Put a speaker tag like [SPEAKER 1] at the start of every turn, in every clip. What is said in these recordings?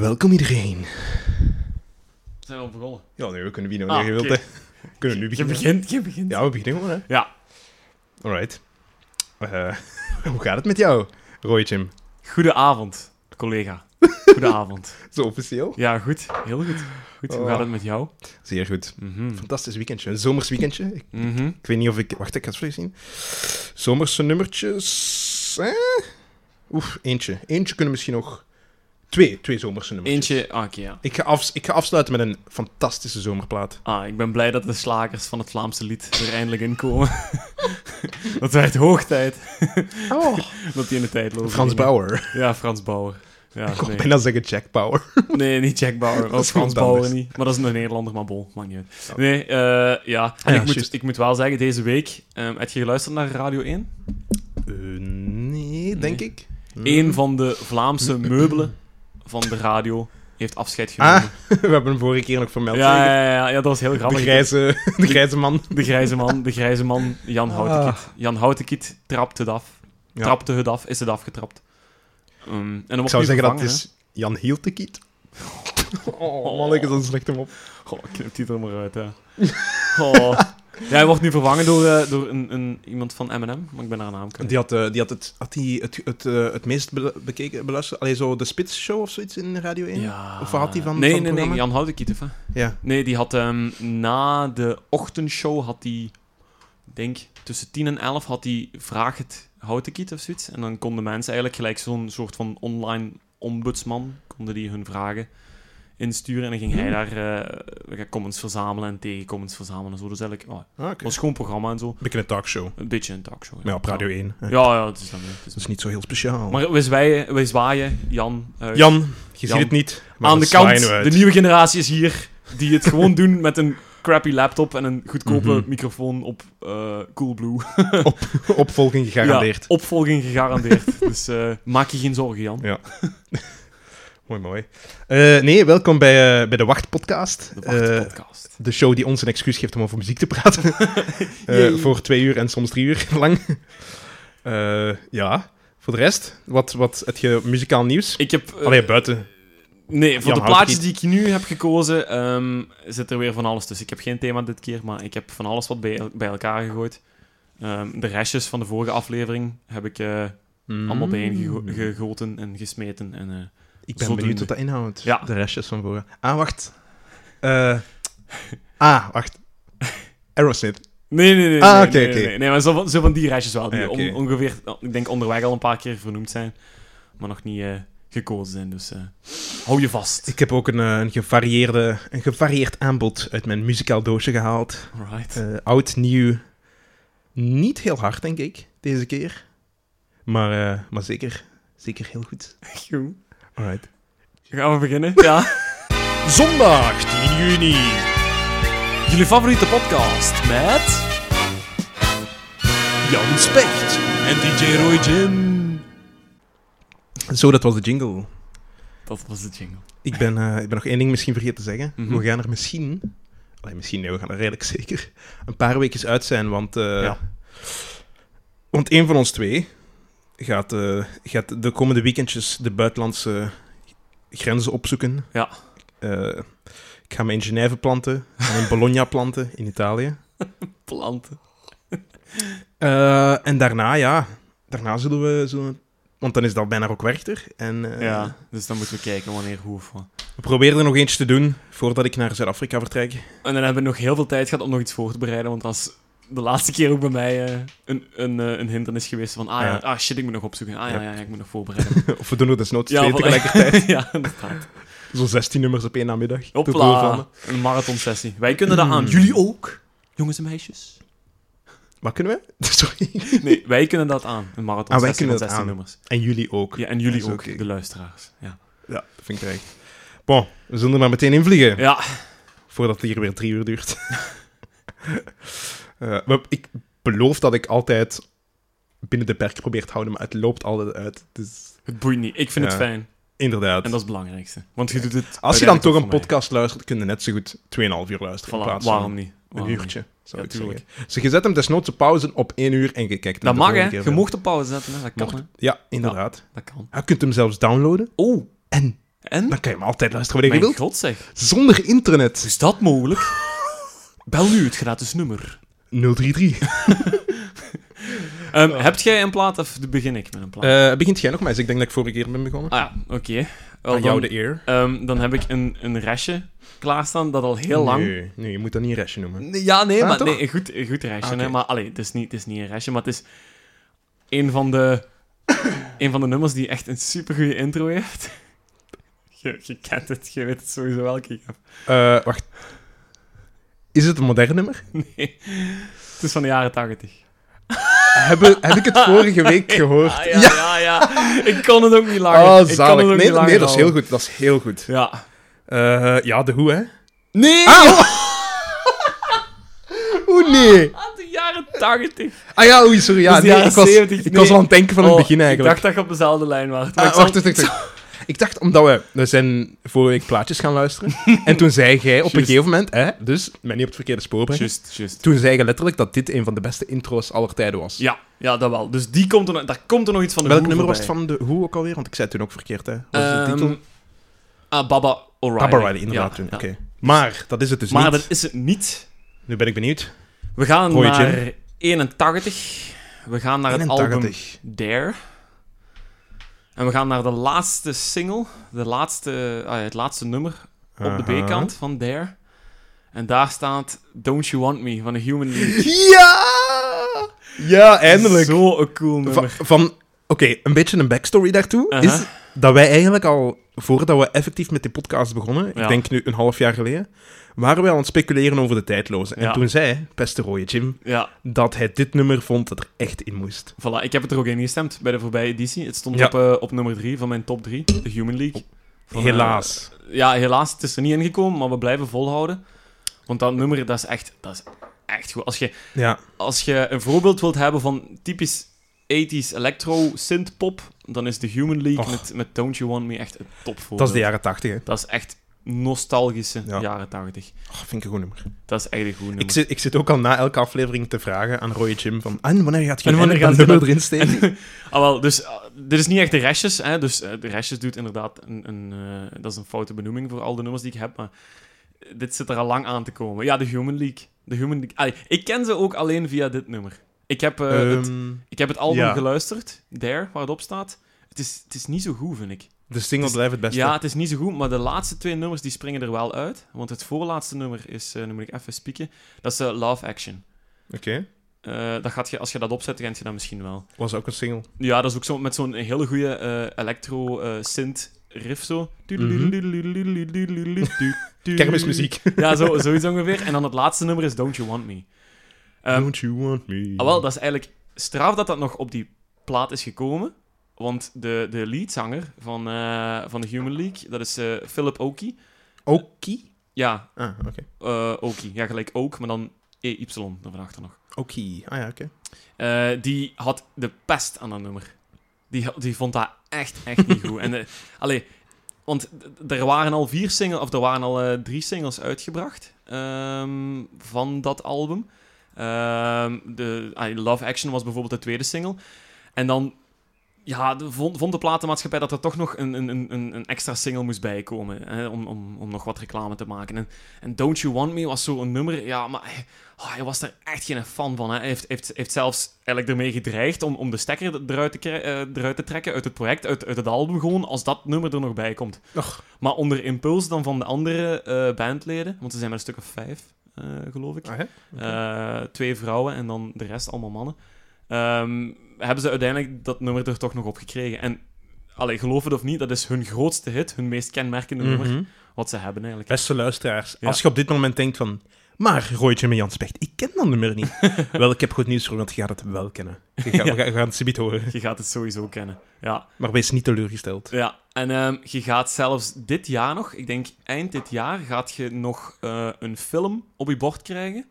[SPEAKER 1] Welkom iedereen.
[SPEAKER 2] We zijn al begonnen.
[SPEAKER 1] Ja, nee, we kunnen beginnen
[SPEAKER 2] Ah,
[SPEAKER 1] wanneer je
[SPEAKER 2] oké.
[SPEAKER 1] wilt, hè. Kunnen we nu
[SPEAKER 2] Je
[SPEAKER 1] beginnen?
[SPEAKER 2] begint, je begint.
[SPEAKER 1] Ja, we beginnen gewoon, hè.
[SPEAKER 2] Ja.
[SPEAKER 1] Alright. Eh, hoe gaat het met jou, Roy Jim?
[SPEAKER 2] Goedenavond, collega. Goedenavond.
[SPEAKER 1] Zo officieel?
[SPEAKER 2] Ja, goed. Heel goed. Goed, hoe
[SPEAKER 1] Oh.
[SPEAKER 2] gaat het met jou?
[SPEAKER 1] Zeer goed.
[SPEAKER 2] Mhm.
[SPEAKER 1] Fantastisch weekendje. Een zomers weekendje. Ik,
[SPEAKER 2] Mhm.
[SPEAKER 1] ik weet niet of ik... Wacht, ik ga het voor je zien. Zomerse nummertjes... Eh? Oef, eentje. Eentje kunnen misschien nog... Twee, twee zomerse nummertjes.
[SPEAKER 2] Eentje... ah, oké, ja.
[SPEAKER 1] Ik ga, afs- ik ga afsluiten met een fantastische zomerplaat.
[SPEAKER 2] Ah, ik ben blij dat de slagers van het Vlaamse lied er eindelijk in komen. dat werd hoog tijd
[SPEAKER 1] Oh.
[SPEAKER 2] dat die in de tijd lopen.
[SPEAKER 1] Frans Bauer.
[SPEAKER 2] Ja, Frans Bauer. Ja,
[SPEAKER 1] Ik kon
[SPEAKER 2] Ah, nee.
[SPEAKER 1] bijna zeggen Jack Bauer.
[SPEAKER 2] nee, niet Jack Bauer. Ook
[SPEAKER 1] is
[SPEAKER 2] Frans
[SPEAKER 1] iemand
[SPEAKER 2] Bauer
[SPEAKER 1] anders.
[SPEAKER 2] niet. Maar dat is een Nederlander, maar bol. Maakt niet uit.
[SPEAKER 1] Ja.
[SPEAKER 2] Nee, eh, ja. En
[SPEAKER 1] ja,
[SPEAKER 2] ik, moet,
[SPEAKER 1] juist.
[SPEAKER 2] ik moet wel zeggen, deze week... ehm heb je geluisterd naar Radio 1?
[SPEAKER 1] Eh, nee, denk
[SPEAKER 2] Nee.
[SPEAKER 1] ik. Hmm.
[SPEAKER 2] Een van de Vlaamse meubelen van de radio heeft afscheid genomen.
[SPEAKER 1] Ah, we hebben hem vorige keer nog vermeld.
[SPEAKER 2] ja,
[SPEAKER 1] zeker?
[SPEAKER 2] ja, ja, ja, dat was heel
[SPEAKER 1] de,
[SPEAKER 2] grappig.
[SPEAKER 1] grijze, de grijze man.
[SPEAKER 2] De grijze man, de grijze man Jan Houtenkiet. Jan Houtenkiet trapte het af.
[SPEAKER 1] Ah. Ja.
[SPEAKER 2] Trapte het af, is het afgetrapt. Ehm, en dan
[SPEAKER 1] Ik
[SPEAKER 2] wordt
[SPEAKER 1] zou
[SPEAKER 2] nu
[SPEAKER 1] zeggen dat
[SPEAKER 2] vervangen,
[SPEAKER 1] het is Jan Hieltekiet. Oh, man, ik is een slechte mop.
[SPEAKER 2] hè. Goh, knipt hij er maar uit, hè. Goh. Ja, hij wordt nu vervangen door, eh, door een, een, iemand van M&M, maar ik ben haar naam kwijt.
[SPEAKER 1] Die had, eh, die had, het, had die het, het, eh, het meest be- bekeken, beluisterd. Allee, zo de Spitsshow of zoiets in Radio 1?
[SPEAKER 2] Ja.
[SPEAKER 1] Of wat had die van-
[SPEAKER 2] Nee,
[SPEAKER 1] van het
[SPEAKER 2] nee, nee,
[SPEAKER 1] programma?
[SPEAKER 2] Jan Houtenkiet, hè.
[SPEAKER 1] Ja.
[SPEAKER 2] Nee, die had ehm, na de ochtendshow had die, ik denk tussen 10 en 11 had die vraag het houten kiet of zoiets. En dan konden mensen eigenlijk gelijk zo'n soort van online ombudsman, konden die hun vragen insturen. En dan ging
[SPEAKER 1] Hmm.
[SPEAKER 2] hij daar eh, comments verzamelen en tegencomments verzamelen en zo. Dus eigenlijk, oh, het
[SPEAKER 1] Ah, oké.
[SPEAKER 2] was gewoon programma en zo.
[SPEAKER 1] Beetje een talkshow.
[SPEAKER 2] Een beetje een talkshow.
[SPEAKER 1] Maar ja, op Radio 1. hè.
[SPEAKER 2] Ja, ja, het is dan weer. het is
[SPEAKER 1] Dat is niet zo heel speciaal.
[SPEAKER 2] Maar we zwaaien, we zwaaien Jan. uit.
[SPEAKER 1] Jan, je
[SPEAKER 2] Jan.
[SPEAKER 1] ziet het niet, maar
[SPEAKER 2] aan
[SPEAKER 1] we
[SPEAKER 2] de kant,
[SPEAKER 1] zwaaien u uit.
[SPEAKER 2] de nieuwe generatie is hier, die het gewoon doen met een crappy laptop en een goedkope
[SPEAKER 1] Mhm.
[SPEAKER 2] microfoon op eh Coolblue.
[SPEAKER 1] Opvolging gegarandeerd.
[SPEAKER 2] Ja, opvolging gegarandeerd. dus eh, maak je geen zorgen, Jan.
[SPEAKER 1] Mooi, mooi. Eh, nee, welkom bij, eh, bij de Wachtpodcast.
[SPEAKER 2] De
[SPEAKER 1] Eh,
[SPEAKER 2] Wachtpodcast.
[SPEAKER 1] de show die ons een excuus geeft om over muziek te praten. Eh,
[SPEAKER 2] Jee.
[SPEAKER 1] voor twee uur en soms drie uur lang. Eh, ja, voor de rest, wat, wat heb je muzikaal nieuws?
[SPEAKER 2] ik heb... eh,
[SPEAKER 1] Allee, buiten.
[SPEAKER 2] nee, voor
[SPEAKER 1] Jan
[SPEAKER 2] de plaatjes
[SPEAKER 1] Houtenkiet.
[SPEAKER 2] die ik nu heb gekozen, ehm, zit er weer van alles tussen. Ik heb geen thema dit keer, maar ik heb van alles wat bij, bij elkaar gegooid. Ehm, de restjes van de vorige aflevering heb ik eh,
[SPEAKER 1] Mm.
[SPEAKER 2] hmm. allemaal bijeen gego- gegoten en gesmeten. En, eh,
[SPEAKER 1] Ik ben
[SPEAKER 2] Zodoende.
[SPEAKER 1] benieuwd wat dat inhoudt.
[SPEAKER 2] Ja.
[SPEAKER 1] De restjes van voren. Ah, wacht. Eh, ah, wacht. Aerosmith.
[SPEAKER 2] Nee, nee, nee.
[SPEAKER 1] Ah,
[SPEAKER 2] nee,
[SPEAKER 1] oké,
[SPEAKER 2] nee,
[SPEAKER 1] oké.
[SPEAKER 2] nee, nee. Nee, maar zo van, zo van die restjes wel. Die
[SPEAKER 1] Ah, oké.
[SPEAKER 2] on- ongeveer, ik denk onderweg al een paar keer vernoemd zijn. Maar nog niet eh, gekozen zijn. Dus eh, hou je vast.
[SPEAKER 1] Ik heb ook een, eh, een, gevarieerde, een gevarieerd aanbod uit mijn muzikaal doosje gehaald.
[SPEAKER 2] Alright.
[SPEAKER 1] Eh, oud, nieuw. Niet heel hard, denk ik, deze keer. Maar, eh, maar zeker, zeker heel goed.
[SPEAKER 2] Goed.
[SPEAKER 1] Alright.
[SPEAKER 2] Gaan we beginnen? Ja.
[SPEAKER 1] Zondag 10 juni.
[SPEAKER 2] Jullie favoriete podcast met...
[SPEAKER 1] Jan Specht.
[SPEAKER 2] En DJ Roy Jim.
[SPEAKER 1] Zo, dat was de jingle.
[SPEAKER 2] Dat was de jingle.
[SPEAKER 1] Ik ben, eh, ik ben nog één ding misschien vergeten te zeggen.
[SPEAKER 2] Mhm.
[SPEAKER 1] We gaan er misschien... allee, misschien, nee, we gaan er redelijk zeker een paar weken uit zijn, want... eh,
[SPEAKER 2] Ja.
[SPEAKER 1] Want één van ons twee gaat, eh, gaat de komende weekendjes de buitenlandse grenzen opzoeken.
[SPEAKER 2] Ja.
[SPEAKER 1] Eh, ik ga me in Genève planten en in Bologna planten in Italië.
[SPEAKER 2] Planten.
[SPEAKER 1] Eh, en daarna, ja, daarna zullen we... Zullen we- want dan is dat bijna ook Werchter. En, eh,
[SPEAKER 2] ja. Dus dan moeten we kijken wanneer, hoe of wat.
[SPEAKER 1] We proberen er nog eentje te doen voordat ik naar Zuid-Afrika vertrek.
[SPEAKER 2] En dan hebben we nog heel veel tijd gehad om nog iets voor te bereiden. Want dat is de laatste keer ook bij mij eh, een, een, eh, een hindernis geweest. Van, ah ja,
[SPEAKER 1] Ja.
[SPEAKER 2] ah shit, ik moet nog opzoeken. Ah ja,
[SPEAKER 1] Ja.
[SPEAKER 2] ja, ja, ik moet nog voorbereiden.
[SPEAKER 1] Of we doen er desnoods twee
[SPEAKER 2] voilà.
[SPEAKER 1] tegelijkertijd.
[SPEAKER 2] ja, inderdaad.
[SPEAKER 1] Zo'n 16 nummers op één namiddag. Tot
[SPEAKER 2] Hopla,
[SPEAKER 1] doorvallen.
[SPEAKER 2] een marathonsessie. Wij kunnen dat aan.
[SPEAKER 1] Mm.
[SPEAKER 2] Jullie ook, jongens en meisjes?
[SPEAKER 1] Wat kunnen we? Sorry.
[SPEAKER 2] Nee, wij kunnen dat aan. Een
[SPEAKER 1] Ah, wij
[SPEAKER 2] marathonsessie
[SPEAKER 1] kunnen
[SPEAKER 2] van
[SPEAKER 1] dat
[SPEAKER 2] 16
[SPEAKER 1] aan.
[SPEAKER 2] nummers.
[SPEAKER 1] En jullie ook.
[SPEAKER 2] Ja, en jullie
[SPEAKER 1] Dat is
[SPEAKER 2] ook,
[SPEAKER 1] oké.
[SPEAKER 2] de luisteraars. Ja.
[SPEAKER 1] Ja, dat vind ik echt. Bon, we zullen er maar meteen in vliegen.
[SPEAKER 2] ja,
[SPEAKER 1] Voordat het hier weer drie uur duurt. Eh, maar ik beloof dat ik altijd binnen de perk probeer te houden, maar het loopt altijd uit. Dus
[SPEAKER 2] het boeit niet. Ik vind
[SPEAKER 1] Ja.
[SPEAKER 2] het fijn.
[SPEAKER 1] inderdaad.
[SPEAKER 2] En dat is het belangrijkste. Want je doet het...
[SPEAKER 1] Als je dan
[SPEAKER 2] uiteindelijk
[SPEAKER 1] toch
[SPEAKER 2] ook
[SPEAKER 1] een
[SPEAKER 2] voor mij.
[SPEAKER 1] podcast luistert, kun je net zo goed 2,5 uur luisteren. in
[SPEAKER 2] Voilà,
[SPEAKER 1] plaats
[SPEAKER 2] waarom
[SPEAKER 1] van
[SPEAKER 2] niet?
[SPEAKER 1] een
[SPEAKER 2] Waarom niet?
[SPEAKER 1] uurtje, zou
[SPEAKER 2] Ja,
[SPEAKER 1] ik zeggen.
[SPEAKER 2] tuurlijk.
[SPEAKER 1] Dus je zet hem desnoods op pauze op één uur en je kijkt hem
[SPEAKER 2] Dat
[SPEAKER 1] de
[SPEAKER 2] mag,
[SPEAKER 1] volgende
[SPEAKER 2] hè.
[SPEAKER 1] keer
[SPEAKER 2] Je
[SPEAKER 1] wel.
[SPEAKER 2] mocht op pauze zetten, hè. Dat kan,
[SPEAKER 1] Mocht.
[SPEAKER 2] hè.
[SPEAKER 1] Ja, inderdaad.
[SPEAKER 2] Dat kan.
[SPEAKER 1] Je kunt hem zelfs downloaden
[SPEAKER 2] Oh,
[SPEAKER 1] en
[SPEAKER 2] En?
[SPEAKER 1] Dan kan je hem altijd luisteren wanneer je
[SPEAKER 2] Mijn
[SPEAKER 1] wilt.
[SPEAKER 2] god zeg.
[SPEAKER 1] Zonder internet.
[SPEAKER 2] Is dat mogelijk? Bel nu het gratis nummer.
[SPEAKER 1] 033.
[SPEAKER 2] Ehm, Heb jij een plaat of begin ik met een plaat?
[SPEAKER 1] Eh begint jij nog maar eens? Ik denk dat ik vorige keer ben begonnen.
[SPEAKER 2] ah ja, oké. Wel,
[SPEAKER 1] Aan jou
[SPEAKER 2] dan,
[SPEAKER 1] de eer.
[SPEAKER 2] ehm, dan heb ik een, een restje klaarstaan dat al heel lang...
[SPEAKER 1] Nee, nee, je moet dat niet een restje noemen.
[SPEAKER 2] Nee, Ja, nee,
[SPEAKER 1] Ah,
[SPEAKER 2] maar
[SPEAKER 1] toch?
[SPEAKER 2] nee, een goed, een goed restje.
[SPEAKER 1] Ah, oké.
[SPEAKER 2] hè, maar allee, het, is niet, het is niet een restje, maar het is een van de, een van de nummers die echt een supergoeie intro heeft. Je, je kent het, je weet het sowieso welke ik heb.
[SPEAKER 1] Eh, wacht. Is het een modern nummer?
[SPEAKER 2] Nee, het is van de jaren tachtig.
[SPEAKER 1] Hebben, heb ik het vorige week gehoord?
[SPEAKER 2] Ah, ja, ja, ja. Ik kon het ook niet langer.
[SPEAKER 1] Ah,
[SPEAKER 2] ik kon het
[SPEAKER 1] zalig.
[SPEAKER 2] ook niet
[SPEAKER 1] Nee, nee,
[SPEAKER 2] langer
[SPEAKER 1] dat is heel
[SPEAKER 2] houden.
[SPEAKER 1] goed. Dat is heel goed.
[SPEAKER 2] Ja.
[SPEAKER 1] Eh, ja, de hoe, hè?
[SPEAKER 2] Nee!
[SPEAKER 1] Oeh, nee.
[SPEAKER 2] Ah! Uit de jaren tachtig.
[SPEAKER 1] Ah ja, oei, sorry. Ja,
[SPEAKER 2] Dat is de
[SPEAKER 1] nee,
[SPEAKER 2] jaren
[SPEAKER 1] ik, was,
[SPEAKER 2] 70,
[SPEAKER 1] ik was
[SPEAKER 2] nee.
[SPEAKER 1] al aan het denken van
[SPEAKER 2] Oh,
[SPEAKER 1] het begin
[SPEAKER 2] Ik
[SPEAKER 1] eigenlijk.
[SPEAKER 2] dacht dat je op dezelfde lijn was.
[SPEAKER 1] Ah, wacht, wacht, wacht, wacht. Ik dacht, omdat we... We zijn vorige week plaatjes gaan luisteren. en toen zei jij op een
[SPEAKER 2] Juist.
[SPEAKER 1] gegeven moment... Hè, dus, mij niet op het verkeerde spoor brengen.
[SPEAKER 2] Just, just.
[SPEAKER 1] Toen zei je letterlijk dat dit een van de beste intro's aller tijden was.
[SPEAKER 2] Ja, ja, dat wel. Dus die komt er, nog- daar komt er nog iets van de
[SPEAKER 1] Welk
[SPEAKER 2] Who
[SPEAKER 1] nummer was het
[SPEAKER 2] voorbij.
[SPEAKER 1] van de hoe ook alweer? Want ik zei het toen ook verkeerd, hè? Wat is de
[SPEAKER 2] Ehm,
[SPEAKER 1] titel?
[SPEAKER 2] Ah, Baba O'Reilly.
[SPEAKER 1] Papa Riley, inderdaad.
[SPEAKER 2] Ja,
[SPEAKER 1] toen.
[SPEAKER 2] ja.
[SPEAKER 1] Oké. Maar, dat is het dus
[SPEAKER 2] Maar
[SPEAKER 1] niet.
[SPEAKER 2] dat is het niet.
[SPEAKER 1] Nu ben ik benieuwd.
[SPEAKER 2] We gaan
[SPEAKER 1] Goeie
[SPEAKER 2] naar 81. We gaan naar het album
[SPEAKER 1] 81.
[SPEAKER 2] Dare. En we gaan naar de laatste single. De laatste, ah ja, het laatste nummer op de
[SPEAKER 1] Aha.
[SPEAKER 2] B-kant van Dare. En daar staat Don't You Want Me van de Human League.
[SPEAKER 1] Ja! Ja, eindelijk.
[SPEAKER 2] Zo'n cool
[SPEAKER 1] van,
[SPEAKER 2] nummer.
[SPEAKER 1] van- oké, een beetje een backstory daartoe
[SPEAKER 2] Aha.
[SPEAKER 1] is dat wij eigenlijk al, voordat we effectief met die podcast begonnen,
[SPEAKER 2] Ja.
[SPEAKER 1] ik denk nu een half jaar geleden, waren wij aan het speculeren over de tijdloze. En
[SPEAKER 2] Ja.
[SPEAKER 1] toen zei, beste rode Jim,
[SPEAKER 2] Ja,
[SPEAKER 1] dat hij dit nummer vond dat er echt in moest.
[SPEAKER 2] voilà. Ik heb het er ook in gestemd bij de voorbije editie. Het stond
[SPEAKER 1] Ja.
[SPEAKER 2] op, eh, op nummer 3 van mijn top 3, de Human League. Van, eh,
[SPEAKER 1] Helaas.
[SPEAKER 2] Ja, helaas, het is er niet ingekomen, maar we blijven volhouden. Want dat nummer, dat is echt, dat is echt goed. Als je,
[SPEAKER 1] ja.
[SPEAKER 2] als je een voorbeeld wilt hebben van typisch 80s electro synth pop, dan is The Human League
[SPEAKER 1] Och.
[SPEAKER 2] met, met Don't You Want Me echt een topvoorbeeld.
[SPEAKER 1] dat is de jaren tachtig, hè.
[SPEAKER 2] Dat is echt nostalgische
[SPEAKER 1] Ja.
[SPEAKER 2] jaren 80.
[SPEAKER 1] Oh, vind ik een goed nummer.
[SPEAKER 2] Dat is echt een goed nummer.
[SPEAKER 1] Ik zit, ik zit ook al na elke aflevering te vragen aan rode Jim van, en wanneer gaat je
[SPEAKER 2] En
[SPEAKER 1] een
[SPEAKER 2] wanneer gaat je
[SPEAKER 1] nummer
[SPEAKER 2] dat-
[SPEAKER 1] erin steken?
[SPEAKER 2] Ah, wel, dus ah, dit is niet echt de restjes. Hè? Dus eh, de restjes doet inderdaad een, een, eh, dat is een foute benoeming voor al de nummers die ik heb. Maar dit zit er al lang aan te komen. Ja, de Human League. De Human League. Allee, ik ken ze ook alleen via dit nummer. Ik heb, eh, het,
[SPEAKER 1] Ehm,
[SPEAKER 2] ik heb het album
[SPEAKER 1] ja.
[SPEAKER 2] geluisterd, There, waar het op staat. Het is, het is niet zo goed, vind ik.
[SPEAKER 1] de single
[SPEAKER 2] het is-
[SPEAKER 1] blijft het beste.
[SPEAKER 2] Ja, het is niet zo goed, maar de laatste twee nummers die springen er wel uit. Want het voorlaatste nummer is, eh, nu moet ik even spieken, dat is eh, Love Action.
[SPEAKER 1] Oké.
[SPEAKER 2] Eh, dat gaat je, als je dat opzet, kent je dat misschien wel.
[SPEAKER 1] Was ook een single.
[SPEAKER 2] Ja, dat is ook zo met zo'n hele goede eh electro-synth-riff zo.
[SPEAKER 1] Kermismuziek.
[SPEAKER 2] Ja, zo, zoiets ongeveer. En dan het laatste nummer is Don't You Want Me. Ehm,
[SPEAKER 1] Don't you want me?
[SPEAKER 2] ah, wel, dat is eigenlijk straf dat dat nog op die plaat is gekomen. Want de, de leadzanger van, eh, van de Human League, dat is eh, Philip Oki.
[SPEAKER 1] Okie?
[SPEAKER 2] Ja,
[SPEAKER 1] Ah, oké.
[SPEAKER 2] eh, Oki. Ja, gelijk ook, maar dan EY ervan achter nog.
[SPEAKER 1] Okie. Ah ja, oké.
[SPEAKER 2] Eh, die had de pest aan dat nummer. Die, die vond dat echt, echt niet goed. En, eh, allee, want d- d- er waren al vier singles, of er waren al eh, drie singles uitgebracht ehm, van dat album. Ehm, de, ah, Love Action was bijvoorbeeld de tweede single. En dan ja, de- vond, vond de platenmaatschappij dat er toch nog een, een, een- een, een extra single moest bijkomen. Hè, om, om, om nog wat reclame te maken. En, en Don't You Want Me was zo'n nummer. Ja, maar hij, oh, hij was daar echt geen fan van. Hè. Hij heeft, heeft, heeft zelfs eigenlijk ermee gedreigd om, om de stekker er- eruit te, kri- eh, eruit te trekken uit het project, uit, uit het album gewoon, als dat nummer er nog bij komt.
[SPEAKER 1] Och.
[SPEAKER 2] Maar onder impuls dan van de andere eh, bandleden, want ze zijn maar een stuk of vijf, eh, geloof ik.
[SPEAKER 1] Ah, hè?
[SPEAKER 2] Eh, twee vrouwen en dan de rest allemaal mannen. Ehm, hebben ze uiteindelijk dat nummer er toch nog op gekregen. En allee, geloof het of niet, dat is hun grootste hit, hun meest kenmerkende nummer,
[SPEAKER 1] Mhm.
[SPEAKER 2] wat ze hebben eigenlijk.
[SPEAKER 1] Beste luisteraars,
[SPEAKER 2] Ja.
[SPEAKER 1] als je op dit moment denkt van... Maar, Roytje met Jan Specht, ik ken dat nummer niet. wel, ik heb goed nieuws voor u, want je gaat het wel kennen. Je gaat, We gaan- we gaan het subiet horen.
[SPEAKER 2] Je gaat het sowieso kennen. Ja,
[SPEAKER 1] Maar wees niet teleurgesteld.
[SPEAKER 2] ja. en ehm, je gaat zelfs dit jaar nog, ik denk eind dit jaar, gaat je nog eh, een film op je bord krijgen.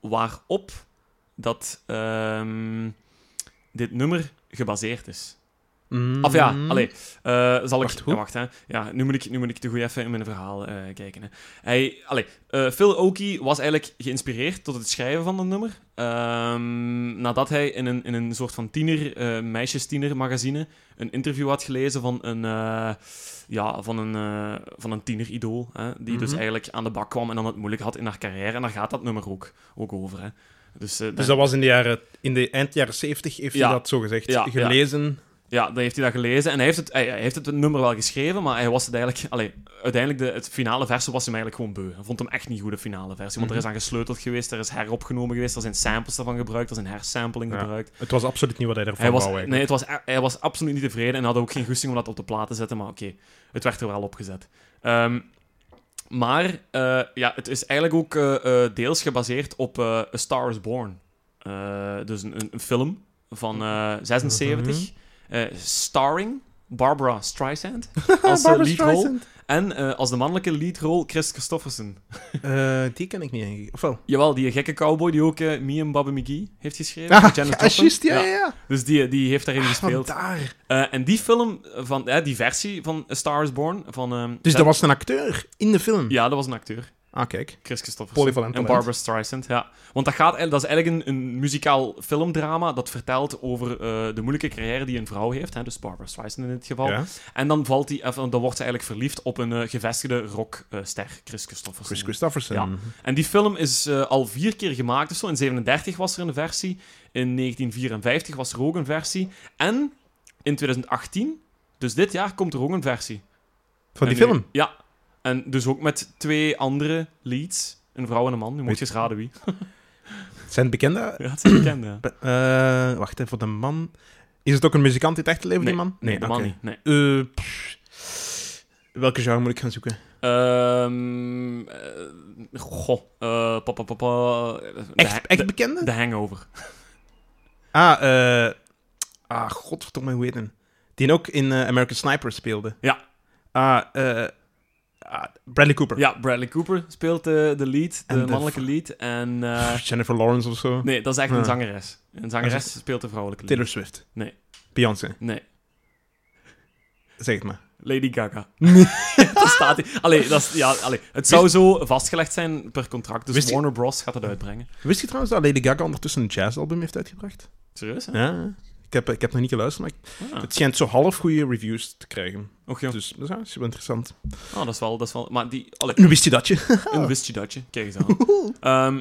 [SPEAKER 2] Waarop dat ehm, dit nummer gebaseerd is.
[SPEAKER 1] Mm.
[SPEAKER 2] Of ja, allee, eh, zal
[SPEAKER 1] Wacht,
[SPEAKER 2] ik...
[SPEAKER 1] hoe?
[SPEAKER 2] ja, Wacht, hè. Ja, nu moet ik, nu moet ik de goeie even in mijn verhaal eh, kijken. Hè. Hij, allee, eh, Phil Oakey was eigenlijk geïnspireerd tot het schrijven van dat nummer. Ehm, nadat hij in een, in een soort van tiener, eh meisjestiener-magazine een interview had gelezen van een, eh, ja, van een, eh, van een tiener-idool. Hè, die dus
[SPEAKER 1] Mhm.
[SPEAKER 2] eigenlijk aan de bak kwam en dan het moeilijk had in haar carrière. En daar gaat dat nummer ook, ook over. Hè. Dus, eh,
[SPEAKER 1] Dus
[SPEAKER 2] dan-
[SPEAKER 1] dat was in de, jaren, in de eind jaren 70 heeft
[SPEAKER 2] Ja.
[SPEAKER 1] hij dat zo gezegd.
[SPEAKER 2] Ja, ja.
[SPEAKER 1] Gelezen.
[SPEAKER 2] Ja, dan heeft hij dat gelezen. En hij heeft het, hij, hij heeft het nummer wel geschreven, maar hij was het eigenlijk... Allee, uiteindelijk, de, het finale versie was hem eigenlijk gewoon beu. Hij vond hem echt niet goed, de finale versie. Want er is aan gesleuteld geweest, er is heropgenomen geweest, er zijn samples daarvan gebruikt, er zijn hersampling
[SPEAKER 1] Ja.
[SPEAKER 2] gebruikt.
[SPEAKER 1] Het was absoluut niet wat hij ervan
[SPEAKER 2] Hij was,
[SPEAKER 1] wou eigenlijk.
[SPEAKER 2] nee, het was, hij was absoluut niet tevreden en had ook geen goesting om dat op de plaat te zetten, maar oké, het werd er wel op gezet. Ehm, maar eh, ja, het is eigenlijk ook eh, eh, deels gebaseerd op eh, A Star is Born. Eh, dus een, een, een film van eh, 76,
[SPEAKER 1] Mhm.
[SPEAKER 2] eh, starring Barbara Streisand als eh,
[SPEAKER 1] Barbra
[SPEAKER 2] lead role
[SPEAKER 1] Streisand.
[SPEAKER 2] en eh, als de mannelijke lead role Chris Christofferson.
[SPEAKER 1] Eh, die ken ik niet, eigenlijk. Ofwel.
[SPEAKER 2] Jawel, die gekke cowboy die ook eh Me en Bobby McGee heeft geschreven.
[SPEAKER 1] Ah,
[SPEAKER 2] met Janis
[SPEAKER 1] ja,
[SPEAKER 2] Joplin.
[SPEAKER 1] juist, ja, Ah, ja, ja.
[SPEAKER 2] Dus die, die heeft daarin gespeeld.
[SPEAKER 1] Vandaar.
[SPEAKER 2] Eh, en die film, van, eh, die versie van A Star is Born... Van, ehm,
[SPEAKER 1] Dus
[SPEAKER 2] Zet-
[SPEAKER 1] dat was een acteur in de film.
[SPEAKER 2] Ja, dat was een acteur.
[SPEAKER 1] Ah, kijk.
[SPEAKER 2] Chris Christofferson.
[SPEAKER 1] Polyvalent
[SPEAKER 2] en
[SPEAKER 1] talent.
[SPEAKER 2] Barbara Streisand, ja. Want dat, gaat, eigenlijk- dat is eigenlijk een, een muzikaal filmdrama dat vertelt over eh, de moeilijke carrière die een vrouw heeft. Hè, dus Barbara Streisand in dit geval.
[SPEAKER 1] Ja.
[SPEAKER 2] En dan, valt die, of, dan wordt ze eigenlijk verliefd op een eh, gevestigde rockster, Chris Christofferson.
[SPEAKER 1] Chris Christofferson.
[SPEAKER 2] Ja. En die film is eh, al vier keer gemaakt of zo. In 37 was er een versie. In 1954 was er ook een versie. En in 2018, dus dit jaar, komt er ook een versie.
[SPEAKER 1] Van die
[SPEAKER 2] En nu-
[SPEAKER 1] film.
[SPEAKER 2] Ja. En dus ook met twee andere leads. Een vrouw en een man. Nu moet
[SPEAKER 1] Weet-
[SPEAKER 2] je eens raden wie.
[SPEAKER 1] Zijn het bekende...
[SPEAKER 2] Ja, het zijn bekende. hè.
[SPEAKER 1] Be- eh, wacht even, voor de man... Is het ook een muzikant in het echte leven,
[SPEAKER 2] Nee,
[SPEAKER 1] die man?
[SPEAKER 2] Nee, de man
[SPEAKER 1] oké.
[SPEAKER 2] niet. Nee.
[SPEAKER 1] Eh, pff. welke genre moet ik gaan zoeken?
[SPEAKER 2] Ehm, eh, goh. eh, pa, pa, pa, pa. De ha-
[SPEAKER 1] Echt, echt
[SPEAKER 2] de,
[SPEAKER 1] bekende?
[SPEAKER 2] de Hangover.
[SPEAKER 1] Ah, eh... Ah, godverdomme, hoe heet hem? Die ook in eh, American Sniper speelde.
[SPEAKER 2] Ja.
[SPEAKER 1] Ah, eh... ah, Bradley Cooper.
[SPEAKER 2] Ja, Bradley Cooper speelt eh, de lead. De
[SPEAKER 1] En de
[SPEAKER 2] mannelijke
[SPEAKER 1] v-
[SPEAKER 2] lead. En... eh,
[SPEAKER 1] Pff, Jennifer Lawrence of zo.
[SPEAKER 2] Nee, dat is echt een
[SPEAKER 1] Ja.
[SPEAKER 2] zangeres. Een zangeres speelt een vrouwelijke lead.
[SPEAKER 1] Taylor Swift.
[SPEAKER 2] Nee.
[SPEAKER 1] Beyoncé.
[SPEAKER 2] Nee,
[SPEAKER 1] Zeg het maar.
[SPEAKER 2] Lady Gaga. dat staat hier. Allee, dat is, ja, allee, het zou zo vastgelegd zijn per contract, dus
[SPEAKER 1] Wist je-
[SPEAKER 2] Warner Bros. gaat het uitbrengen.
[SPEAKER 1] Wist je trouwens dat Lady Gaga ondertussen een jazzalbum heeft uitgebracht?
[SPEAKER 2] Serieus, hè?
[SPEAKER 1] Ja. Ik heb, ik heb nog niet geluisterd, maar ik-
[SPEAKER 2] Ah,
[SPEAKER 1] het schijnt zo half goede reviews te krijgen.
[SPEAKER 2] och, joh.
[SPEAKER 1] Dus dat is ja, dat is wel interessant.
[SPEAKER 2] Ah, dat, is wel, dat is wel... Maar die... Allee,
[SPEAKER 1] Nu wist je dat je.
[SPEAKER 2] een wist je dat je? Kijk eens aan. Ehm,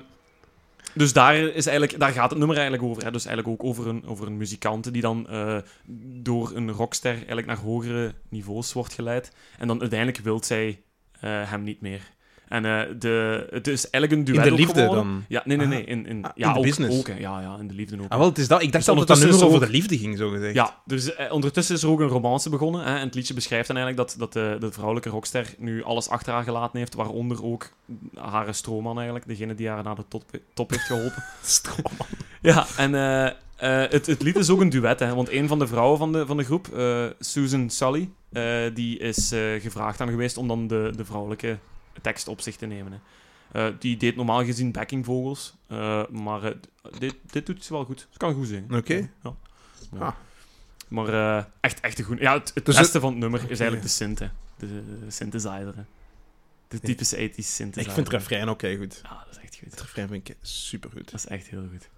[SPEAKER 2] dus daar, is eigenlijk, daar gaat het nummer eigenlijk over. Hè? Dus eigenlijk ook over een, over een muzikant die dan eh, door een rockster eigenlijk naar hogere niveaus wordt geleid. En dan uiteindelijk wil zij eh, hem niet meer. En eh, de, het is eigenlijk een
[SPEAKER 1] In
[SPEAKER 2] duet
[SPEAKER 1] de
[SPEAKER 2] ook
[SPEAKER 1] liefde
[SPEAKER 2] geworden.
[SPEAKER 1] dan.
[SPEAKER 2] Ja, nee, nee,
[SPEAKER 1] Ah.
[SPEAKER 2] nee. In, in,
[SPEAKER 1] Ah,
[SPEAKER 2] ja,
[SPEAKER 1] in de
[SPEAKER 2] ook,
[SPEAKER 1] business.
[SPEAKER 2] Ook, hè. ja, ja, in de liefde ook.
[SPEAKER 1] Ah, wel, het is dat. Ik dacht dat
[SPEAKER 2] Dus
[SPEAKER 1] het
[SPEAKER 2] ondertussen
[SPEAKER 1] nummer
[SPEAKER 2] is
[SPEAKER 1] over
[SPEAKER 2] ook-
[SPEAKER 1] de liefde ging, zo gezegd.
[SPEAKER 2] Ja, dus eh, ondertussen is er ook een romance begonnen. Hè, en het liedje beschrijft dan eigenlijk dat, dat de, de vrouwelijke rockster nu alles achter haar gelaten heeft. Waaronder ook haar stroomman eigenlijk. Degene die haar naar de top, top heeft geholpen.
[SPEAKER 1] Stroom.
[SPEAKER 2] ja, en eh, eh, het, het lied is ook een duet. Hè, want een van de vrouwen van de, van de groep, eh, Susan Sully, eh, die is eh, gevraagd aan geweest om dan de, de vrouwelijke tekst op zich te nemen. Hè. Eh, die deed normaal gezien backingvogels. eh, maar eh, dit, dit doet ze wel goed. Ze kan goed zingen.
[SPEAKER 1] Oké.
[SPEAKER 2] Ja. Ja.
[SPEAKER 1] Ah.
[SPEAKER 2] Maar eh, echt, echt een goed. Ja, het, het
[SPEAKER 1] Dus
[SPEAKER 2] beste van het nummer is eigenlijk de synth. hè. De, de synthesizer. hè. De typische 80s synthesizer.
[SPEAKER 1] Ik vind het refrein ook heel goed.
[SPEAKER 2] Ja, dat is echt goed.
[SPEAKER 1] Het refrein vind ik supergoed.
[SPEAKER 2] Dat is echt heel goed.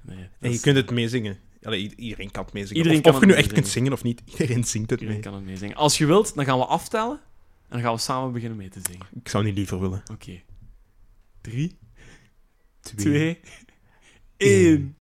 [SPEAKER 2] Nee, dat
[SPEAKER 1] En je
[SPEAKER 2] is-
[SPEAKER 1] kunt het meezingen. Allee, i- iedereen kan het meezingen.
[SPEAKER 2] Iedereen
[SPEAKER 1] of
[SPEAKER 2] kan
[SPEAKER 1] of
[SPEAKER 2] het
[SPEAKER 1] je nu echt
[SPEAKER 2] meezingen.
[SPEAKER 1] kunt zingen of niet, iedereen zingt het
[SPEAKER 2] iedereen
[SPEAKER 1] mee.
[SPEAKER 2] kan het meezingen. Als je wilt, dan gaan we aftellen. En dan gaan we samen beginnen mee te zingen.
[SPEAKER 1] Ik zou niet liever willen.
[SPEAKER 2] Oké. Drie,
[SPEAKER 1] Twee.
[SPEAKER 2] twee, één.